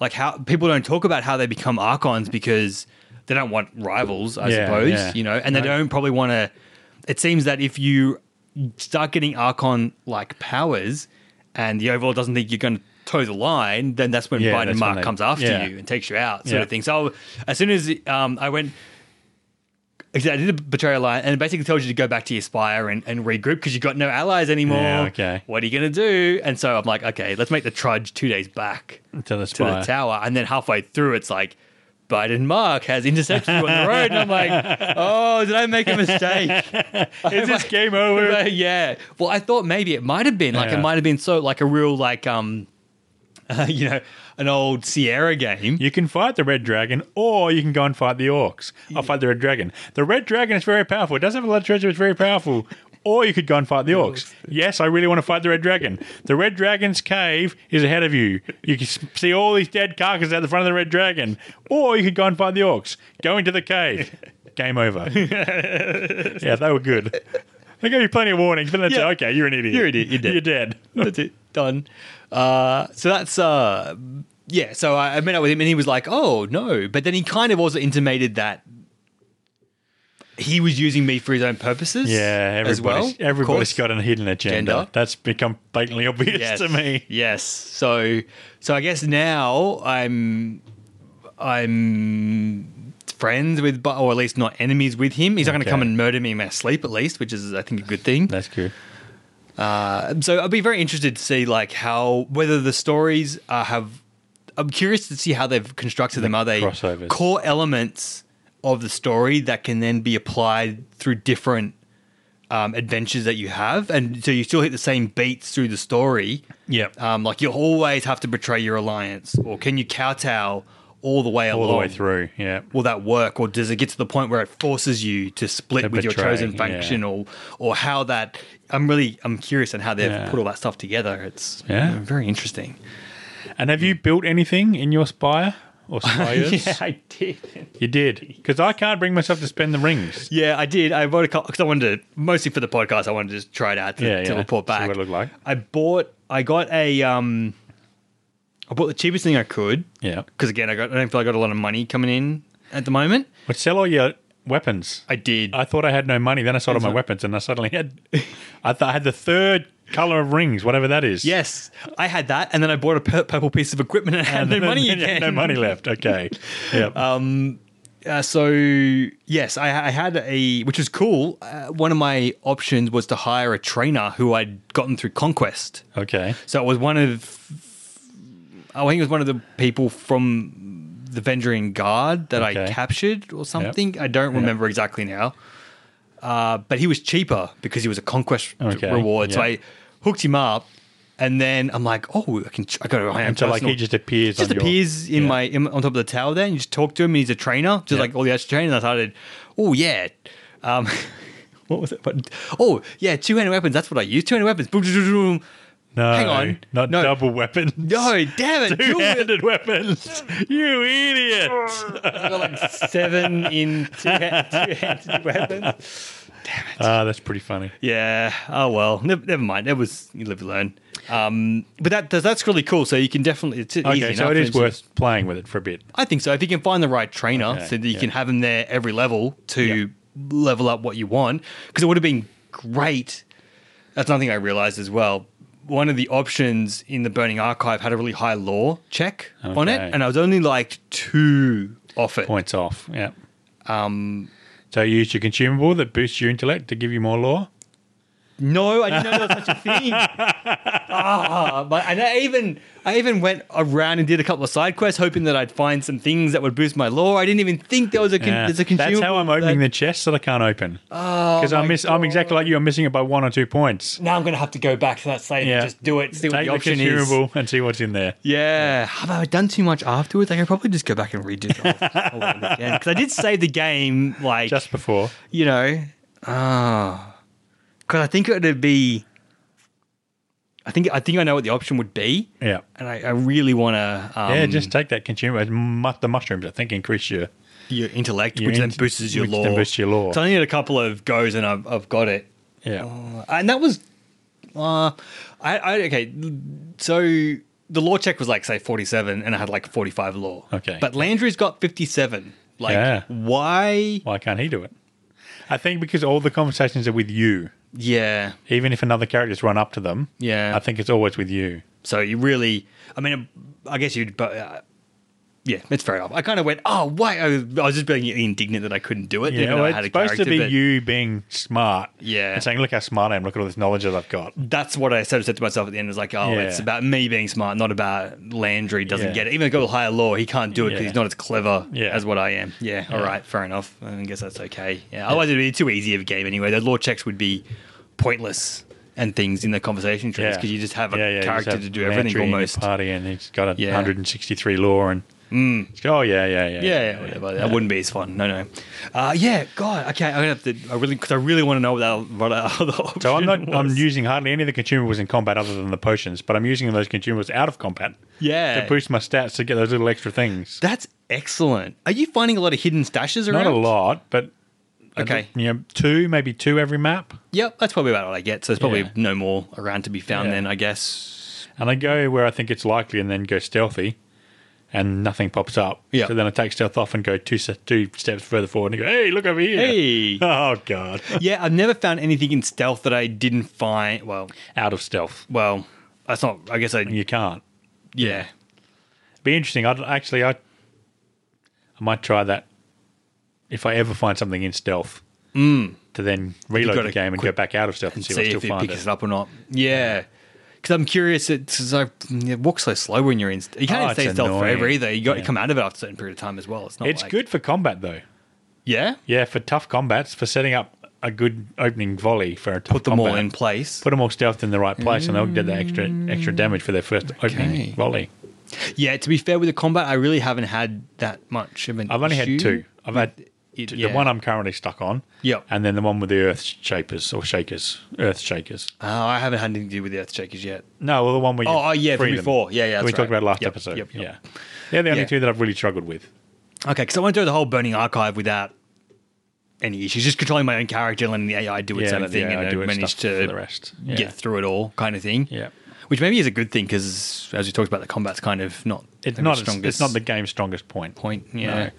Like how people don't talk about how they become archons because they don't want rivals, I
Yeah,
suppose,
yeah.
you know, and they
No.
don't probably want to. It seems that if you start getting archon like powers and the overall doesn't think you're going to toe the line, then that's when
Yeah,
Biden
that's when
Mark
they-
comes after
yeah.
you and takes you out, sort
Yeah.
of thing. So as soon as um, I went. Exactly, I did the betrayal line, and it basically tells you to go back to your spire and, and regroup because you've got no allies anymore
Yeah,
more.
okay.
What are you going to do? And so I'm like, okay, let's make the trudge two days back
to
to
the spire.
the tower. And then halfway through, it's like, Biden Mark has intercepted you on the road. And I'm like, oh, did I make a mistake? <laughs>
Is this game over?
yeah. Well, I thought maybe it might have been like, it
Yeah.
might have been so like a real, like, um, <laughs> you know, an old Sierra game.
You can fight the red dragon, or you can go and fight the orcs. I'll fight the red dragon. The red dragon is very powerful. It does have a lot of treasure. It's very powerful. Or you could go and
<laughs>
fight the orcs. Yes, I really want to fight the red dragon. The red dragon's cave is ahead of you. You can s- see all these dead carcasses at the front of the red dragon. Or you could go and fight the orcs. Go into
<laughs>
the cave. Game over. yeah, they were good. They gave you plenty of warnings, but that's
Yeah.
okay. You're an idiot.
You're an idiot. You're dead.
You're dead.
That's it. Done. Uh, so that's uh, yeah. So I, I met up with him, and he was like, "Oh no," but then he kind of also intimated that he was using me for his own purposes.
Yeah,
as well.
everybody's, everybody's <laughs>
Of course.
got a hidden agenda.
Gender.
That's become blatantly obvious
yes,
to me.
Yes. So, so I guess now I'm, I'm friends with, Bu- or at least not enemies with him. He's not going to
Okay.
come and murder me in my sleep, at least, which is I think a good thing.
That's good.
Um, So I'd be very interested to see like how whether the stories uh, have. I'm curious to see how they've constructed them. Are they
crossovers.
core elements of the story that can then be applied through different um, adventures that you have, and so you still hit the same beats through the story.
Yep.
Um, like you'll always have to betray your alliance, or can you kowtow all the way
All
along?
the way through. Yeah.
Will that work, or does it get to the point where it forces you to split
To
with your
betray,
chosen faction,
yeah.
or or how that? I'm really I'm curious on how they've
Yeah.
put all that stuff together. It's
Yeah.
very interesting.
And have you built anything in your spire <laughs> or spires?
I did.
You did. Because I can't bring myself to spend the rings.
Yeah, I did. I bought a because I wanted to mostly for the podcast. I wanted to just try it out to,
Yeah,
to
yeah.
report
See
back.
what it looked like.
I bought. I got a. Um, I bought the cheapest thing I could.
Yeah.
Because again, I got. I don't feel I got a lot of money coming in at the moment.
But sell all your weapons.
I did.
I thought I had no money. Then I sold all my weapons, and I suddenly had. I thought I had the third color of rings, whatever that is.
Yes, I had that, and then I bought a pur- purple piece of equipment and I had no
<laughs>
money again.
no money Um, left. <laughs> Okay. Yeah.
Uh, so yes, I, I had a which was cool. Uh, one of my options was to hire a trainer who I'd gotten through Conquest.
okay.
So it was one of I think it was one of the people from the Venduring Guard that I
Okay.
captured or something. I don't remember exactly now. Uh, but he was cheaper because he was a conquest
Okay,
reward. So
yeah.
I hooked him up, and then I'm like, oh, I can I got to hire him.
And so, like, he just appears
just
on your-
appears in
yeah.
my in, on top of the tower there, and you just talk to him. And he's a trainer, just
Yeah.
like all the extra trainers. I started, oh yeah, um, <laughs> what was it? What, oh yeah, two handed weapons. That's what I use. Two handed weapons. Boom, boom, boom, boom.
No.
hang on.
Not
No.
double <laughs> weapons.
No, damn
<laughs>
it,
Two
two
handed weapons. You idiot.
<laughs> I got like seven in two, hand, two handed weapons.
Ah, that's pretty funny.
Yeah. Oh well. Never, never mind. That was you live you learn. Um, but that that's really cool. So you can definitely it's easy
Okay, so
enough.
it is
It's-
worth playing with it for a bit.
I think so. If you can find the right trainer,
Okay,
so that you
yeah.
can have them there every level to level up what you want, because it would have been great. That's another thing I realized as well. One of the options in the Burning Archive had a really high lore check on it,
Okay.
and I was only like two off it.
Points off. Yeah. Um,
Um,
so you used your consumable that boosts your intellect to give you more lore.
No, I didn't know there was such a
<laughs>
thing. ah, but and I even I even went around and did a couple of side quests, hoping that I'd find some things that would boost my lore. I didn't even think there was a con-
Yeah.
there's a consumer.
That's how I'm opening the chest that I can't open. Because I'm
my
miss- I'm exactly like you. I'm missing it by one or two points.
Now I'm going to have to go back to that site
Yeah.
and just do it. See what
Take
the
the
option is.
consumable and see what's in there.
Yeah. Have I done too much afterwards? I could probably just go back and redo it
<laughs>
all, all over again. Because I did save the game, like,
Just before.
you know. Because I think it would be. I think I think I know what the option would be.
Yeah.
And I, I really want to. Um,
Yeah, just take that consumable. It's mu- The mushrooms, I think, increase your.
your intellect,
Your
which then
int-
boosts your
which
lore.
then boosts your lore.
So I only need a couple of goes and I've, I've got it.
Yeah.
Oh. And that was, uh, I, I okay. So the law check was like say forty seven, and I had like forty five law.
Okay.
but Landry's got fifty seven. Like,
Yeah.
why?
Why can't he do it? I think because all the conversations are with you.
Yeah.
Even if another character's run up to them,
Yeah.
I think it's always with you.
So you really, I mean, I guess you'd, but uh, yeah, it's fair enough. I kind of went, oh, why? I was, I was just being indignant that I couldn't do it.
Yeah,
even though
well,
I
it's
had a
supposed to
character,
be
but
you being smart.
Yeah.
And saying, look how smart I am. Look at all this knowledge that I've got.
That's what I sort of said to myself at the end. Is like, oh,
Yeah.
it's about me being smart, not about Landry doesn't
Yeah.
get it. Even though he's got higher law, he can't do it because
Yeah.
he's not as clever
Yeah.
as what I am. Yeah, all
Yeah.
right, fair enough. I guess that's okay. Yeah, otherwise it'd be too easy of a game anyway. The law checks would be pointless and things in the conversation trees
Yeah.
because you just have a
Yeah, yeah, you just
character
have
to do everything
Lantry in your
almost. Yeah,
Party and he's got a
Yeah. Mm.
163 law and. Oh yeah, yeah, yeah,
yeah, whatever. That wouldn't be as fun. No, no. Uh, yeah, God. Okay, I'm gonna have to. I really because I really want to know what that what that <laughs> other option
So I'm not. I'm
was.
using hardly any of the consumables in combat other than the potions, but I'm using those consumables out of combat
Yeah.
to boost my stats to get those little extra things.
That's excellent. Are you finding a lot of hidden stashes around?
Not a lot, but I
Okay.
think, you know, two maybe two every map,
Yep, that's probably about all I get. So there's probably
Yeah.
no more around to be found
Yeah.
then, I guess.
and I go where I think it's likely, and then go stealthy, and nothing pops up.
Yeah.
So then I take stealth off and go two se- two steps further forward and go, hey, look over here.
Hey.
<laughs> Oh god.
yeah, I've never found anything in stealth that I didn't find. Well,
Out of stealth,
well, that's not. I guess I.
you can't.
Yeah,
Be interesting. I'd actually I, I might try that if I ever find something in stealth. To then reload
Mm. gotta
the game and go
quick-
back out of stealth and, see,
see
if I
if
still
it
find
picks
it.
it up or not. Yeah. Because I'm curious, because I it walks so slow when you're in. st- You can't
Oh,
even stay
it's
stealth forever
annoying.
either. You got to come out of it after a certain period of time as well. It's not.
It's
like-
good for combat though.
Yeah.
Yeah, for tough combats, for setting up a good opening volley for a tough
Put them
combat.
all in place.
Put them all stealthed in the right place, and they'll get the extra extra damage for their first
Mm. Okay.
opening volley.
yeah. To be fair with the combat, I really haven't had that much. Of an
I've only
issue.
had two. I've had
it-
two-
yeah.
the one I'm currently stuck on,
Yep.
and then the one with the Earth Shapers or Shakers, Earth Shakers.
Oh, I haven't had anything to do with the Earth Shakers yet.
No, well, the one where you
Oh, oh, yeah, from
free them.
before. Yeah, yeah,
we
that's
talked
right.
about last
Yep,
episode.
yep, yep.
Yeah, they're the only
Yeah.
two that I've really struggled with.
Okay, because I want to do the whole burning archive without any issues, just controlling my own character and letting the AI do its
Yeah,
own
let the
thing,
AI
and
do
I
its
manage
stuff
to
for the rest. Yeah.
get through it all, kind of thing.
Yeah.
which maybe is a good thing because, as we talked about, the combat's kind of not
It's
the
not. It's,
strongest
it's not the game's strongest point.
point. Yeah,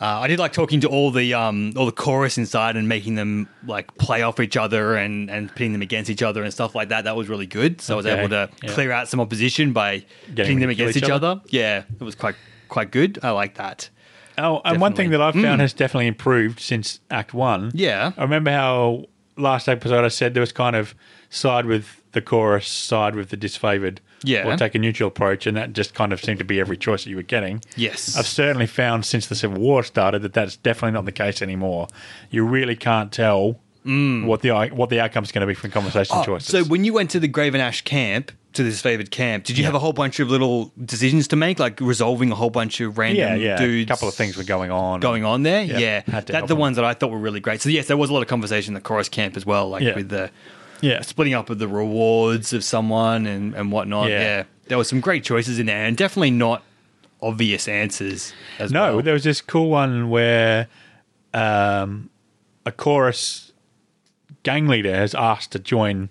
uh, I did like talking to all the um all the chorus inside and making them like play off each other and and pitting them against each other and stuff like that. That was really good. So I was
Okay,
able to
yeah.
clear out some opposition by pitting them
them to kill
against
each
each,
other?
other. Yeah, it was quite quite good. I like that.
Oh, and
Definitely.
one
Mm.
thing that I've found has definitely improved since Act One.
Yeah.
I remember how last episode I said there was kind of side with the chorus, side with the disfavored,
Yeah.
or take a neutral approach, and that just kind of seemed to be every choice that you were getting.
Yes.
I've certainly found since the Civil War started that that's definitely not the case anymore. You really can't tell what the what the outcome's going to be from conversation
Mm. Oh,
choices.
So when you went to the Graven Ash camp, to this favored camp, did you have
Yeah.
a whole bunch of little decisions to make, like resolving a whole bunch of random
yeah, yeah,
dudes?
a couple of things were going on.
going on there.
Yeah,
Yeah,
had to
that's
help
the
them.
ones that I thought were really great. So yes, there was a lot of conversation in the chorus camp as well, like
Yeah.
with the
Yeah.
splitting up of the rewards of someone and and whatnot.
Yeah.
Yeah, there was some great choices in there, and definitely not obvious answers. As
No,
well.
there was this cool one where um, a chorus gang leader has asked to join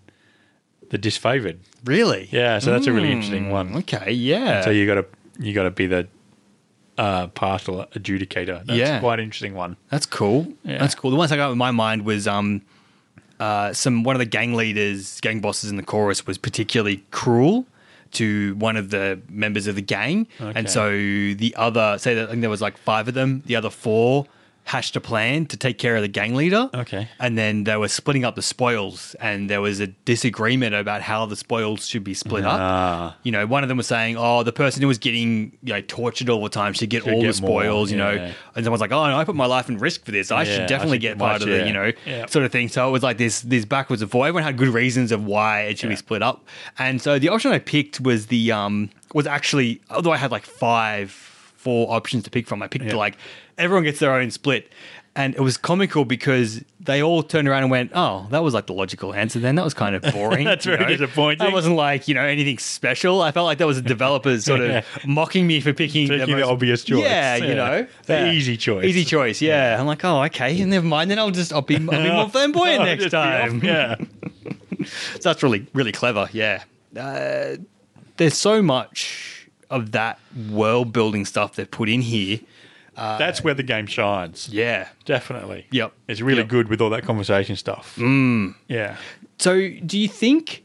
the disfavored.
really.
Yeah, so that's a
Hmm.
really interesting one.
Okay. Yeah.
So you got to you got to be the uh, partial adjudicator. That's
Yeah.
quite an interesting one.
That's cool.
Yeah.
That's cool. The ones I got in my mind was um, uh, some one of the gang leaders, gang bosses in the chorus was particularly cruel to one of the members of the gang,
Okay.
and so the other say that I think there was like five of them. The other four hashed a plan to take care of the gang leader.
Okay.
and then they were splitting up the spoils, and there was a disagreement about how the spoils should be split
Ah.
up. You know, one of them was saying, "Oh, the person who was getting you know, tortured all the time should get
Should
all
get
the spoils."
more,
You know,
yeah.
and someone's like, "Oh, no, I put my life in risk for this. I
Yeah, I
should definitely
should
get
get
part
my
of the,
share."
you know,
Yeah.
sort of thing." So it was like this this backwards and forward. Everyone had good reasons of why it should
Yeah.
be split up, and so the option I picked was the um was actually although I had like five four options to pick from, I picked
Yeah.
like everyone gets their own split. And it was comical because they all turned around and went, "Oh, that was like the logical answer. Then that was kind
<laughs>
of boring.
That's
you
very
know?
disappointing.
That wasn't like you know anything special. I felt like that was a developer's sort
<laughs> Yeah.
of mocking me for picking
Taking the,
most-
obvious choice.
Yeah, you know,
the
Yeah.
easy choice.
Easy choice, yeah. I'm like, oh, okay, <laughs> never mind. Then I'll just, I'll be, I'll be
<laughs>
more flamboyant
Oh,
next
just be off.
time. <laughs>
Yeah.
So that's really, really clever, yeah. Uh, there's so much of that world building stuff they've put in here.
that's where the game shines.
Yeah.
Definitely.
Yep.
It's really
Yep. Hmm.
good with all that conversation stuff. Yeah.
So do you think,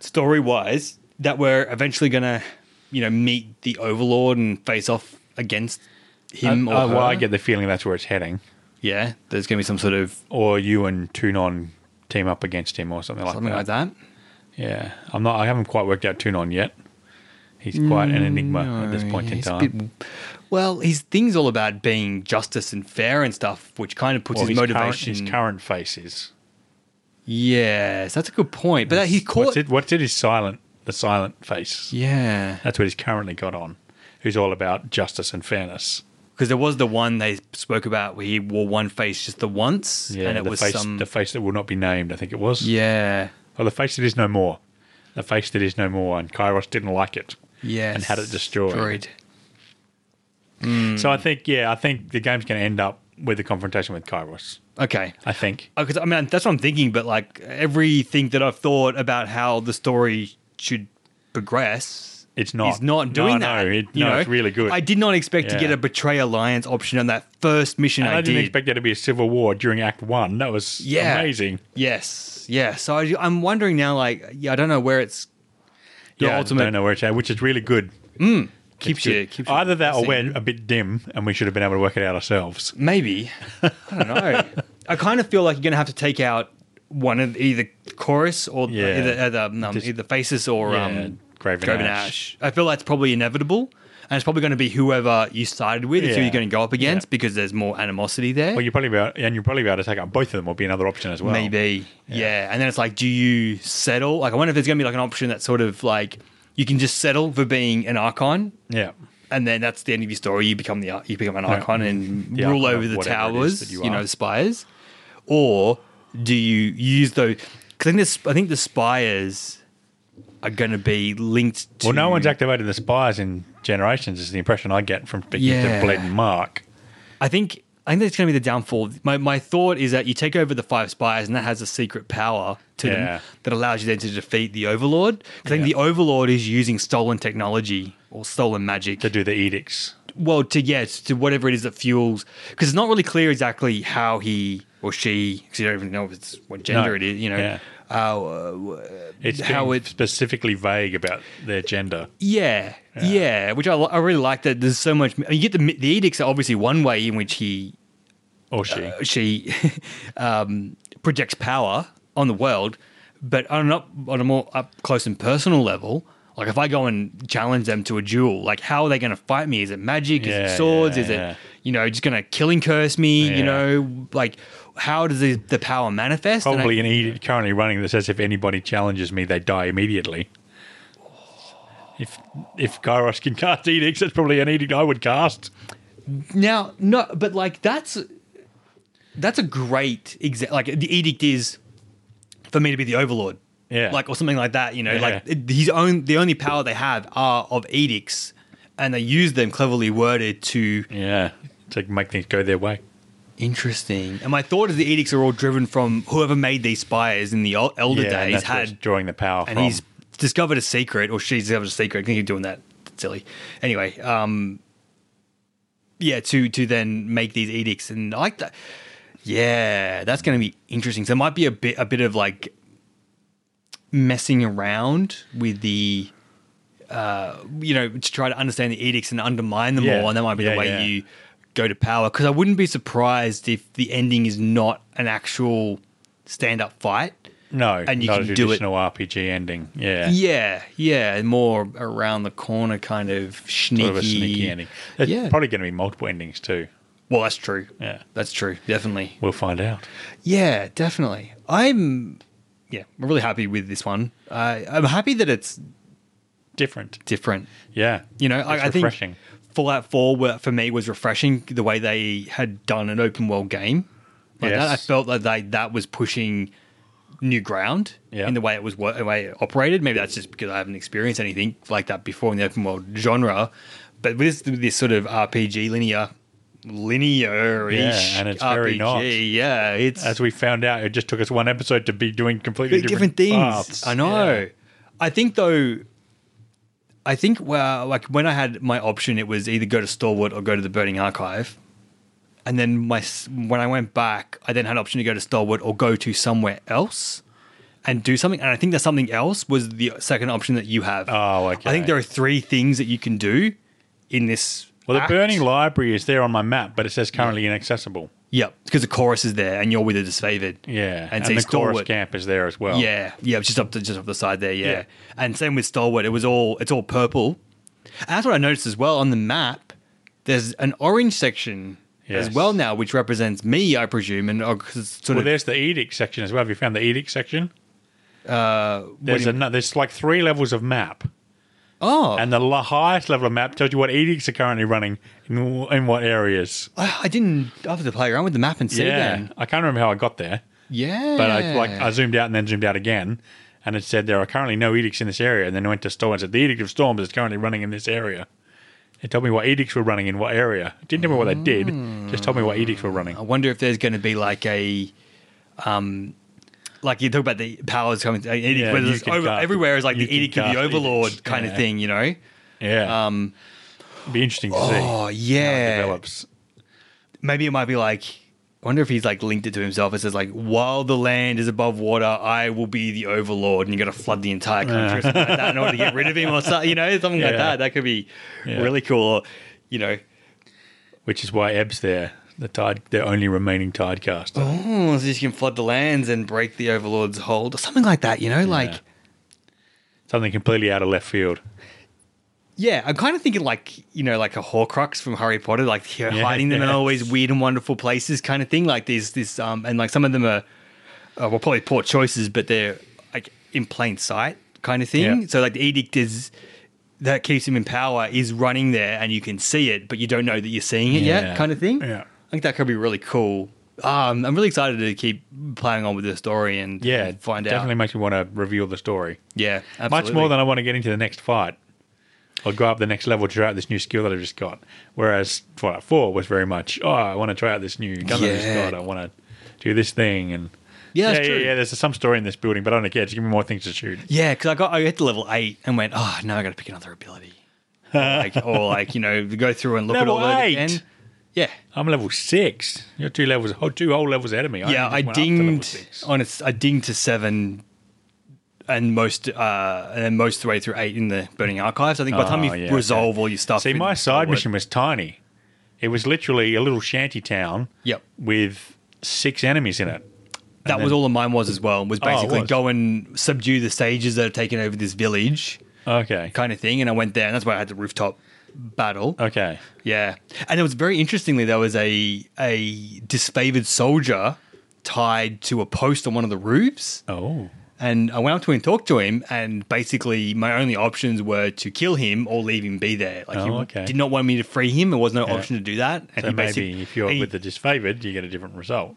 story wise, that we're eventually going to, you know, meet the Overlord and face off against him or
Uh,
her?
well, I get the feeling that's where it's heading.
Yeah, there's going to be some sort of
or you and Tunon team up against him or something like
something
that.
like that.
Yeah, I'm not. I haven't quite worked out Tunon yet. He's quite an enigma at this point in
Mm, He's a
time.
bit- well, his thing's all about being justice and fair and stuff, which kind of puts his,
Well, his,
motivation.
Current, his current face is.
yes, that's a good point. But that he caught.
What's it? What's it? His silent. The silent face.
Yeah,
That's what he's currently got on. Who's all about justice and fairness.
because there was the one they spoke about where he wore one face just the once,
Yeah,
and it
the
was
face.
some.
The face that will not be named. I think it was.
yeah,
Well, the face that is no more. The face that is no more. And Kairos didn't like it.
yeah,
And had it destroyed. So
Hmm.
I think, yeah, I think the game's going to end up with a confrontation with Kairos.
Okay,
I think.
because I mean that's what I'm thinking, but like everything that I've thought about how the story should progress
it's not.
is not doing
no,
that.
No, it,
you
no
know?
it's really good.
I did not expect to
Yeah.
get a Betray Alliance option on that first mission.
And I,
I,
didn't
did.
expect there to be a civil war during Act One. That was
Yeah.
amazing.
yes, yeah. So I, I'm wondering now. Like, yeah, I don't know where it's. The
yeah,
ultimate
I don't know where it's at, which is really good.
keeps
Good.
you, keeps you
Either that, or
guessing.
we're a bit dim, and we should have been able to work it out ourselves.
Maybe. I don't
<laughs>
know. I kind of feel like you're going to have to take out one of either chorus or
Yeah.
either, either, um,
Just-
either faces or
Yeah,
um,
Graven
Ash. I feel that's probably inevitable. And it's probably going to be whoever you started with is who
Yeah.
you're going to go up against
Yeah.
because there's more animosity there.
Well, you probably be able, and you probably be able to take out both of them. Would be another option as well.
Maybe. Yeah. And then it's like, do you settle? Like, I wonder if there's going to be like an option that's sort of like you can just settle for being an archon.
Yeah.
And then that's the end of your story. You become the ar- you become an
Yeah. Mm-hmm.
archon and
The
rule
Archon of
over the
whatever it is
towers,
that
you,
you
know,
are.
the spires. Or do you use those? Because I think this, I think the spires are going to be linked to.
Well, no one's activated the spires in generations. Is the impression I get from speaking
Yeah.
to Bled and Mark.
I think I think that's going to be the downfall. My, my thought is that you take over the five spires, and that has a secret power to
Yeah.
them that allows you then to defeat the Overlord. 'Cause I think the Overlord is using stolen technology or stolen magic.
to do the edicts.
well, to yes, to whatever it is that fuels, because it's not really clear exactly how he or she, because you don't even know if it's what gender it is. You know,
Yeah.
how, uh, w-
It's
how
how
it-
it's specifically vague about their gender.
Yeah, yeah, which I, li- I really like that. There's so much. I mean, you get the the edicts are obviously one way in which he
Or she.
Uh, she <laughs> um, projects power on the world, but on an up on a more up close and personal level. Like if I go and challenge them to a duel, like how are they going to fight me? Is it magic? is
Yeah,
it swords?
yeah,
is
yeah.
it you know just going to killing curse me? You
Yeah.
know, like how does the, the power manifest? And I-
Probably an edict currently running that says if anybody challenges me, they die immediately. If if Kairos can cast edicts, that's probably an edict I would cast.
now, no, but like that's that's a great exa- like the edict is for me to be the overlord.
Yeah.
Like or something like that, you know,
Yeah.
like it- his own the only power they have are of edicts and they use them cleverly worded to
Yeah. To make things go their way.
interesting. And my thought is the edicts are all driven from whoever made these spires in the el- elder
yeah, and
days
that's where it's
had
drawing the power
and
from.
he's discovered a secret, or she's discovered a secret. I think he's doing that That's silly. Anyway, um, yeah, to to then make these edicts, and I like that. Yeah, that's going to be interesting. So it might be a bit a bit of like messing around with the. Uh, you know, to try to understand the edicts and undermine them
Yeah.
all, and that might be
Yeah,
the way
yeah.
you go to power. Because I wouldn't be surprised if the ending is not an actual stand-up fight.
no,
and you
not
can
a
do it-
traditional RPG ending. Yeah.
Yeah, yeah, more around the corner kind of sneaky.
Sort of a sneaky ending. There's
Yeah.
probably going to be multiple endings too.
well, that's true.
Yeah.
That's true. Definitely.
We'll find out.
Yeah, definitely. I'm. Yeah, I'm really happy with this one. I I'm happy that it's
Different.
different.
Yeah.
You know,
It's
I, I think
refreshing.
Fallout Four were, for me was refreshing. The way they had done an open world game, like that,
Yes.
I felt that they that was pushing new ground
Yeah.
in the way it was wo- the way it operated. Maybe that's just because I haven't experienced anything like that before in the open world genre. But with this, with this sort of RPG linear, linear
Yeah, and it's very not.
Yeah, it's
as we found out, it just took us one episode to be doing completely
different,
different,
things.
paths.
I know.
Yeah.
I think though, I think well, like when I had my option, it was either go to Storwood or go to the Burning Archive. And then my s- when I went back, I then had an option to go to Starwood or go to somewhere else and do something. And I think that something else was the second option that you have.
Oh, okay.
I think there are three things that you can do in this.
Well, the
act.
Burning Library is there on my map, but it says currently inaccessible.
Yep, because the chorus is there, and you're with the disfavored.
Yeah,
and,
and,
so
the chorus
Stalwart-
camp is there as well.
Yeah, yeah, it's just up to just up the side there. Yeah,
Oh. Yeah.
and same with Stalwart. It was all it's all purple. And that's what I noticed as well on the map. There's an orange section as
Yes.
well now, which represents me, I presume, and oh, 'cause it's sort
Well,
of
there's the edict section as well. Have you found the edict section?
Uh, what do
There's
you-
ano- there's like three levels of map,
oh,
and the la- highest level of map tells you what edicts are currently running in, w- in what areas.
Oh, I, I didn't. I have to play around with the map and see
yeah,
then.
I can't remember how I got there,
Yeah,
but I like I zoomed out and then zoomed out again, and it said there are currently no edicts in this area. And then I went to Storm and said the edict of Storms is currently running in this area. It told me what edicts were running in what area. It didn't tell me what they did. Just told me what edicts were running.
I wonder if there's going to be like a, um, like you talk about the powers coming. uh, Edie,
Yeah,
whether
you
it's
can
over,
cast-
everywhere is like
you
the Edie
can
Kid the
cast
Overlord
edicts,
kind of
yeah.
thing, you know?
Yeah.
Um,
Be interesting to see how
oh <gasps>
it
yeah,
develops.
maybe it might be like. I wonder if he's like linked it to himself. It says like, while the land is above water, I will be the overlord, and you got to flood the entire country or something like that in order to get rid of him, or something. You know, something like
Yeah.
that. That could be
Yeah.
really cool. Or, you know,
Which is why Ebb's there, the tide, their only remaining tidecaster.
oh, so you can flood the lands and break the overlord's hold, or something like that. You know, like
Something completely out of left field.
Yeah, I'm kind of thinking like you know, like a Horcrux from Harry Potter, like you know,
Yeah,
hiding them in
yeah.
all these weird and wonderful places, kind of thing. Like these, this, um, and like some of them are, uh, well, probably poor choices, but they're like in plain sight, kind of thing.
Yeah.
So like the edict is that keeps him in power is running there, and you can see it, but you don't know that you're seeing it
Yeah.
yet, kind of thing.
Yeah.
I think that could be really cool. Um, I'm really excited to keep playing on with the story and
Yeah,
and find
definitely
out.
makes me want to reveal the story
Yeah,
much more than I want to get into the next fight or go up the next level to try out this new skill that I just got. Whereas Fallout Four was very much, oh, I want to try out this new gun that I just
Yeah.
got. I want to do this thing and
Yeah, that's
yeah,
true.
yeah, There's some story in this building, but I don't care. Just give me more things to shoot.
Yeah, because I got I hit to level eight and went, oh, now I got to pick another ability, or
<laughs>
like, or like you know, go through and look
Level
at all that
eight.
again. Yeah,
I'm level six. You're two levels, oh, two whole levels ahead of me.
yeah,
only
I
just went up to level
dinged
six.
on its, I dinged to seven, and most uh and most of the way through eight in the burning archives. I think by the time
Oh,
you
yeah,
resolve all your stuff,
See,
in
my side
Forward-
mission was tiny. It was literally a little shanty town.
Yep.
With six enemies in it.
that was all of mine was as well. Was
Oh, it
basically
was.
go and subdue the sages that have taken over this village,
Okay.
kind of thing. And I went there, and that's why I had the rooftop battle.
Okay.
Yeah, and it was very interestingly there was a a disfavored soldier tied to a post on one of the roofs,
Oh.
and I went up to him and talked to him, and basically my only options were to kill him or leave him be there. Like he
Oh, okay.
did not want me to free him; there was no
Yeah.
option to do that. And
So
he basically-
maybe if you're
he-
with the disfavored, you get a different result.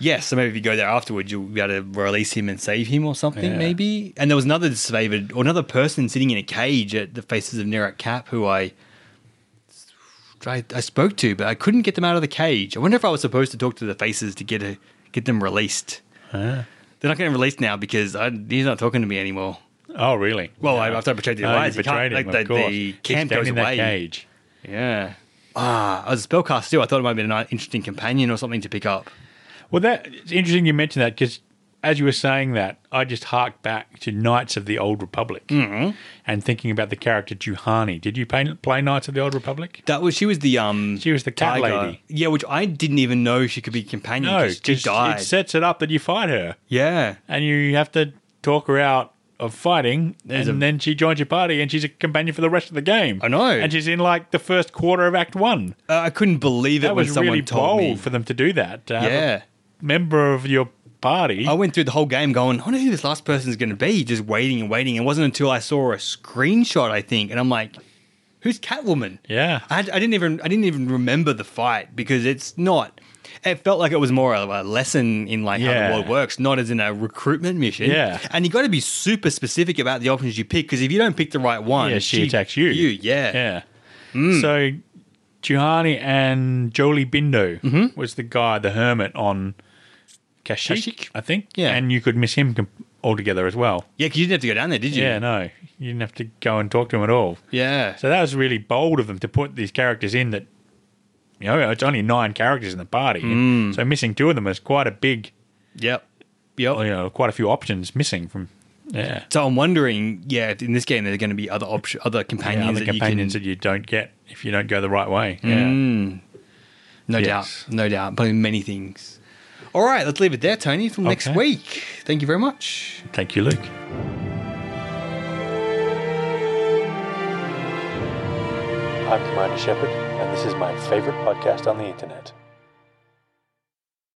Yes, so maybe if you go there afterwards, you'll be able to release him and save him or something,
Yeah.
maybe. And there was another disfavored, or another person sitting in a cage at the Faces of Nerak Cap who I, I I spoke to, but I couldn't get them out of the cage. I wonder if I was supposed to talk to the Faces to get a, get them released. They're not getting released now because I, he's not talking to me anymore.
Oh, really?
Well,
Yeah.
I- after I betrayed the
Oh, you
alliance, you
betrayed
can't- like,
him, of
the-
course.
the
He's
camp
down
goes
in that
away.
cage.
Yeah. Ah, I was a spellcaster too. I thought it might be an interesting companion or something to pick up.
Well, that it's interesting you mentioned that because as you were saying that, I just harked back to Knights of the Old Republic and thinking about the character Juhani. Did you play, play Knights of the Old Republic?
That was she was the um
She was the cat lady.
Yeah, which I didn't even know she could be companion.
No,
No, she
'cause
died.
it sets it up that you fight her
yeah,
and you have to talk her out of fighting,
There's
and
a-
then she joins your party and she's a companion for the rest of the game.
I know.
and she's in like the first quarter of Act One.
uh, I couldn't believe it
That
when
was
someone
really
told
bold
me.
for them to do that. to have a
Yeah. Oh,
member of your party.
I went through the whole game going, I wonder who this last person is going to be, just waiting and waiting. It wasn't until I saw a screenshot, I think, and I'm like, who's Catwoman?
Yeah.
I, had- I didn't even I didn't even remember the fight because it's not. It felt like it was more of a lesson in like how
Yeah.
the world works, not as in a recruitment mission.
Yeah.
and you got to be super specific about the options you pick because if you don't pick the right one,
yeah, she, attacks you.
You, yeah, Mm.
Yeah. So Juhani and Jolie Bindo
Mm-hmm.
was the guy, the hermit on Kashyyyk,
Kashyyyk?
I think.
Yeah.
And you could miss him com- altogether as well.
Yeah, because you didn't have to go down there, did you?
Yeah, no. You didn't have to go and talk to him at all.
Yeah.
So that was really bold of them to put these characters in that, you know, it's only nine characters in the party.
Mm.
So missing two of them is quite a big,
Yep. Yep.
you know, quite a few options missing from. Yeah.
So I'm wondering, yeah, if in this game there are going to be other option, other companions,
yeah, other
that
companions
you
that you don't get if you don't go the right way. Yeah.
can, no
yes.
doubt, no doubt, probably many things. All right, let's leave it there, Tony. Till next
Okay.
week. Thank you very much.
Thank you, Luke. I'm Commander Shepard, and this is my favorite podcast on the internet.